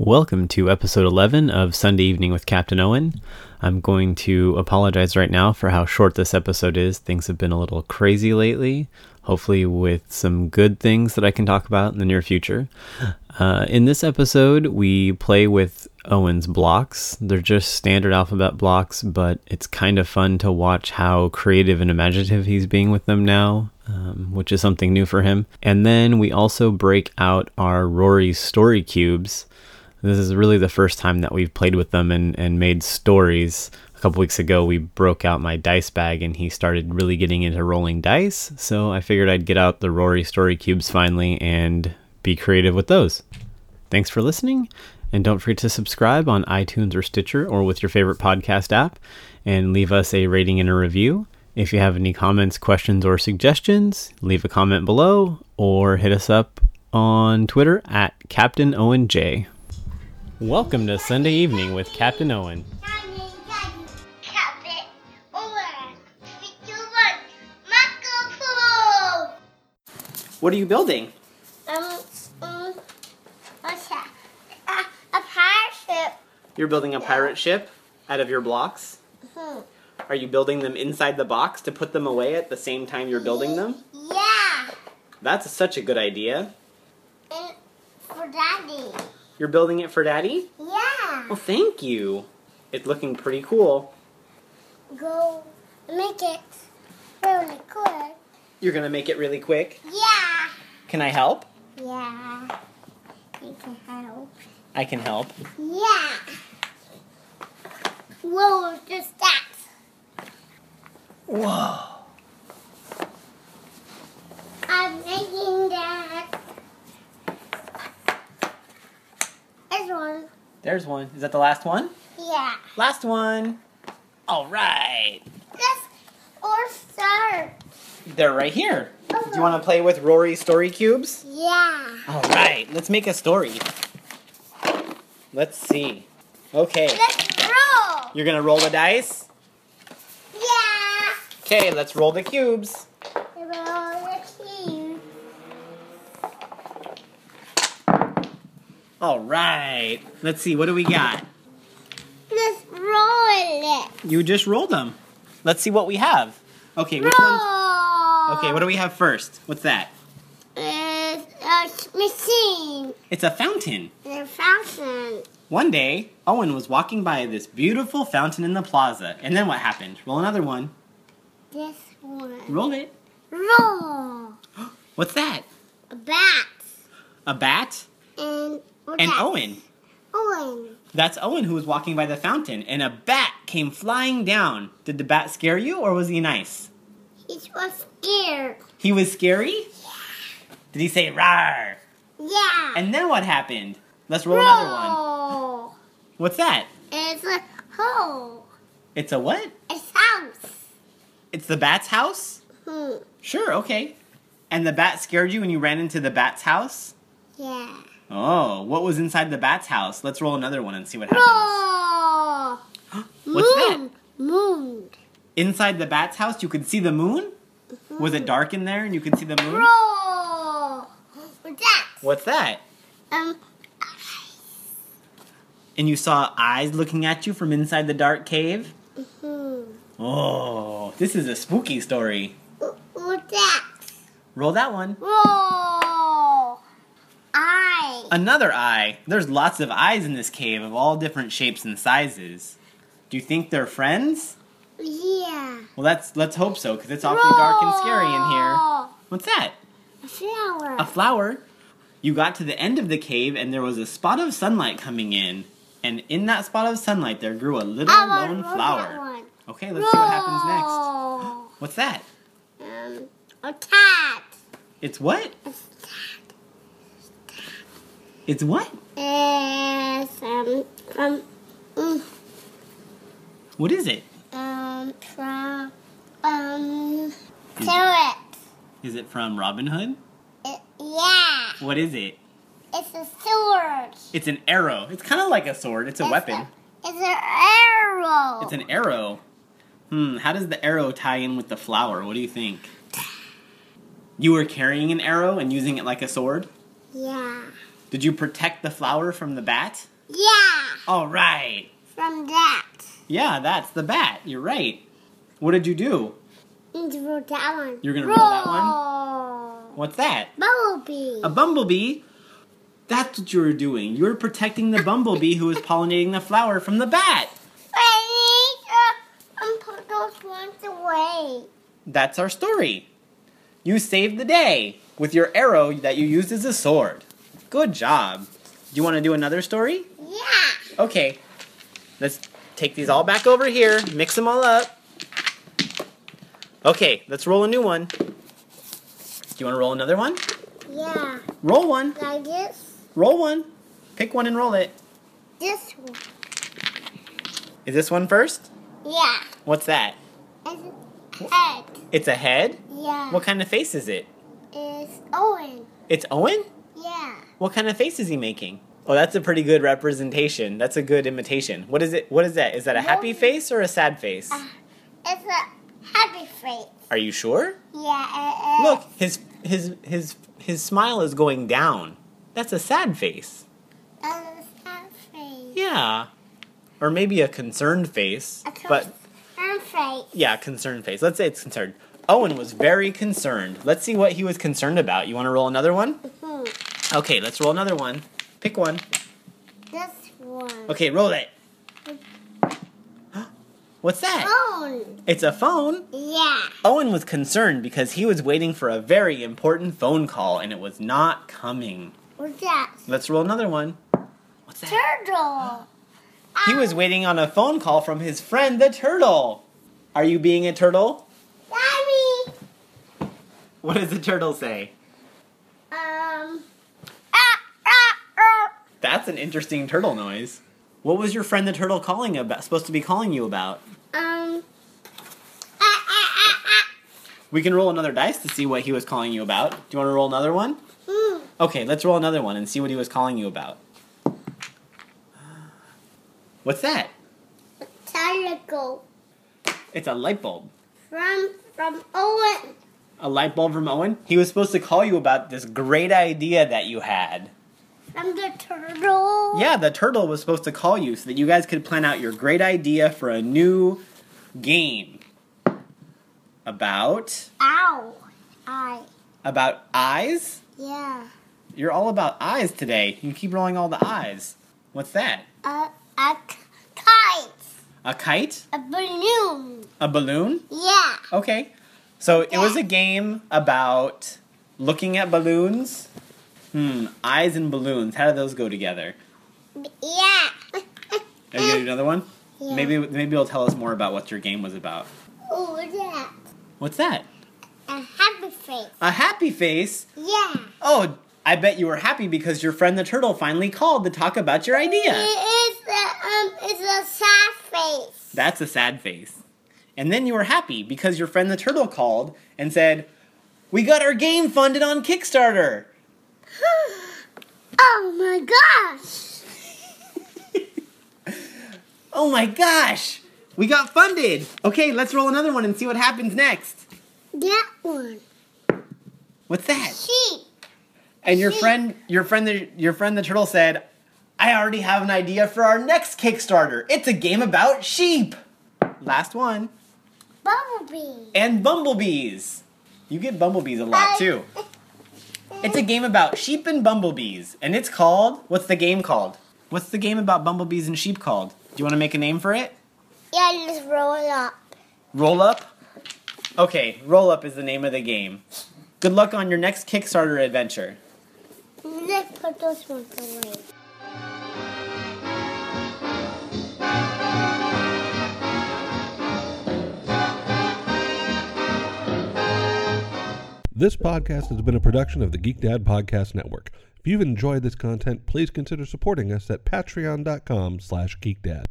Welcome to episode 11 of Sunday Evening with Captain Owen. I'm going to apologize right now for how short this episode is. Things have been a little crazy lately, hopefully, with some good things that I can talk about in the near future. Uh, in this episode, we play with Owen's blocks. They're just standard alphabet blocks, but it's kind of fun to watch how creative and imaginative he's being with them now, um, which is something new for him. And then we also break out our Rory's story cubes this is really the first time that we've played with them and, and made stories. A couple weeks ago, we broke out my dice bag and he started really getting into rolling dice. So I figured I'd get out the Rory story cubes finally and be creative with those. Thanks for listening. And don't forget to subscribe on iTunes or Stitcher or with your favorite podcast app and leave us a rating and a review. If you have any comments, questions, or suggestions, leave a comment below or hit us up on Twitter at Captain Owen J. Welcome to Sunday Evening with Captain Owen. What are you building? Um, um, what's that? A, a pirate You're building a pirate ship out of your blocks. ship. Hmm. Are you building them inside the box to put them away at the same time you're building them? Yeah, That's such a good idea. and for daddy. You're building it for Daddy? Yeah. Well, thank you. It's looking pretty cool. Go make it really cool. You're gonna make it really quick. Yeah. Can I help? Yeah. You can help. I can help. Yeah. Whoa, just that. Whoa. I'm making that. This one. There's one. Is that the last one? Yeah. Last one. All right. This or sir. They're right here. Do you wanna play with Rory's story cubes? Yeah. All right, let's make a story. Let's see. Okay, Let's roll. you're gonna roll the dice. Yeah. Okay, let's roll the cubes. Roll the cube. All right, let's see. What do we got? Let's roll it. You just rolled them. Let's see what we have. Okay, which one? Roll. Okay, what do we have first? What's that? It's a machine. It's a fountain. The fountain. One day, Owen was walking by this beautiful fountain in the plaza, and then what happened? Roll another one. This one. Roll it. Roll. What's that? A bat. A bat And what and that? Owen. Owen. That's Owen who was walking by the fountain, and a bat came flying down. Did the bat scare you, or was he nice? It was scared. He was scary? Yeah. Did he say rar? Yeah. And then what happened? Let's roll roll. another one. What's that? It's a hole. It's a what? It's house. It's the bat's house? Hmm. Sure, okay. And the bat scared you when you ran into the bat's house? Yeah. Oh, what was inside the bat's house? Let's roll another one and see what happens. Roll. What's that? moon. Moon. Inside the bat's house, you could see the moon? Was it dark in there and you could see the moon? Roll. What's that? What's that? Um. and you saw eyes looking at you from inside the dark cave? Hmm. Oh, this is a spooky story. Wh- What's that? Roll that one. Roll. I. Another eye. There's lots of eyes in this cave of all different shapes and sizes. Do you think they're friends? Yeah. Well, that's let's hope so cuz it's awfully dark and scary in here. Roll. What's that? A flower. A flower. You got to the end of the cave and there was a spot of sunlight coming in. And in that spot of sunlight there grew a little I wanna lone roll That flower. one. Okay, let's see what happens next. Roll. What's that? Um. A cat. It's what? A cat. It's what? It's um um mm, What is it? um from um carrot. Is it from Robin Hood? It, yeah, What is it? it's a sword. It's an arrow. It's kind of like a sword. It's a It's weapon. it's an arrow. It's an arrow. Hmm, how does the arrow tie in with the flower? What do you think? You were carrying an arrow and using it like a sword? yeah. Did Did you protect the flower from the bat? Yeah. All right. From that. Yeah, that's the bat. You're right. What did you do? Into roll that one. You're gonna roll that one? one? What's that? Bumblebee. A bumblebee? That's what you were doing. You were protecting the bumblebee who was pollinating the flower from the bat. I need to um, put those ones away. That's our story. You saved the day with your arrow that you used as a sword. Good job. Do you want to do another story? Yeah. Okay. Let's take these all back over here, mix them all up. Okay, let's roll a new one. Do you want to roll another one? Yeah. Roll one. Like this. Roll one. Pick one and roll it. This one. Is this one first? Yeah. What's that? And head. It's a head? Yeah. What kind of face is it? It's Owen. It's Owen? Yeah. What kind of face is he making? Oh, that's a pretty good representation. That's a good imitation. What is it? What is that? Is that a happy face or a sad face? It's a happy face. Are you sure? Yeah. It is. Look, his his his his smile is going down. That's a sad face. That's a sad Oh, face. Yeah. Or maybe a concerned face. A But concerned face. yeah, concerned face. Let's say it's concerned. Owen was very concerned. Let's see what he was concerned about. You want to roll another one? Hmm. Okay, let's roll another one. Pick one. This one. Okay, roll it. What's Oh. that? Owen. It's a phone. Yeah. Owen was concerned because he was waiting for a very important phone call and it was not coming. What's that? Let's roll another one. What's that? Turtle. Uh, He was waiting on a phone call from his friend the turtle. Are you being a turtle? Daddy. What does the turtle say? Um. Ah, ah, ah. That's an interesting turtle noise. What was your friend the turtle calling about supposed to be calling you about? Um. Ah, ah, ah, ah. We can roll another dice to see what he was calling you about. Do you want to roll another one? Hmm. Okay, let's roll another one and see what he was calling you about. What's that? Tentacle. It's a light bulb. From from Owen. A light bulb from Owen? He was supposed to call you about this great idea that you had. From the turtle. Yeah, the turtle was supposed to call you so that you guys could plan out your great idea for a new game. About Ow. I. about eyes? Yeah. You're all about eyes today. You keep rolling all the eyes. What's that? A a k- kite. A kite? A balloon. A balloon? Yeah. Okay. So it was a game about looking at balloons. Hmm, eyes and balloons. How do those go together? Yeah. Are you gonna do another one? Eh. Yeah. Maybe maybe it'll tell us more about what your game was about. Oh, what's that? What's that? A happy face. A happy face? Yeah. Oh, I bet you were happy because your friend the turtle finally called to talk about your idea. It is a um. It's a sad face. That's a sad face. And then you were happy because your friend the turtle called and said, "We got our game funded on Kickstarter." Oh my gosh. Oh my gosh! We got funded! Okay, let's roll another one and see what happens next. That one. What's that? Sheep. And your friend, your friend, the, your friend the turtle said, "I already have an idea for our next Kickstarter. It's a game about sheep." Last one. Bumblebee. And bumblebees. You get bumblebees a lot too. It's a game about sheep and bumblebees, and it's called. What's the game called? What's the game about bumblebees and sheep called? Do you want to make a name for it? Yeah, let's roll it up. Roll Up? Okay, Roll Up is the name of the game. Good luck on your next Kickstarter adventure. Let's put those ones away. This podcast has been a production of the Geek Dad Podcast Network. If you've enjoyed this content, please consider supporting us at patreon.com slash geekdad.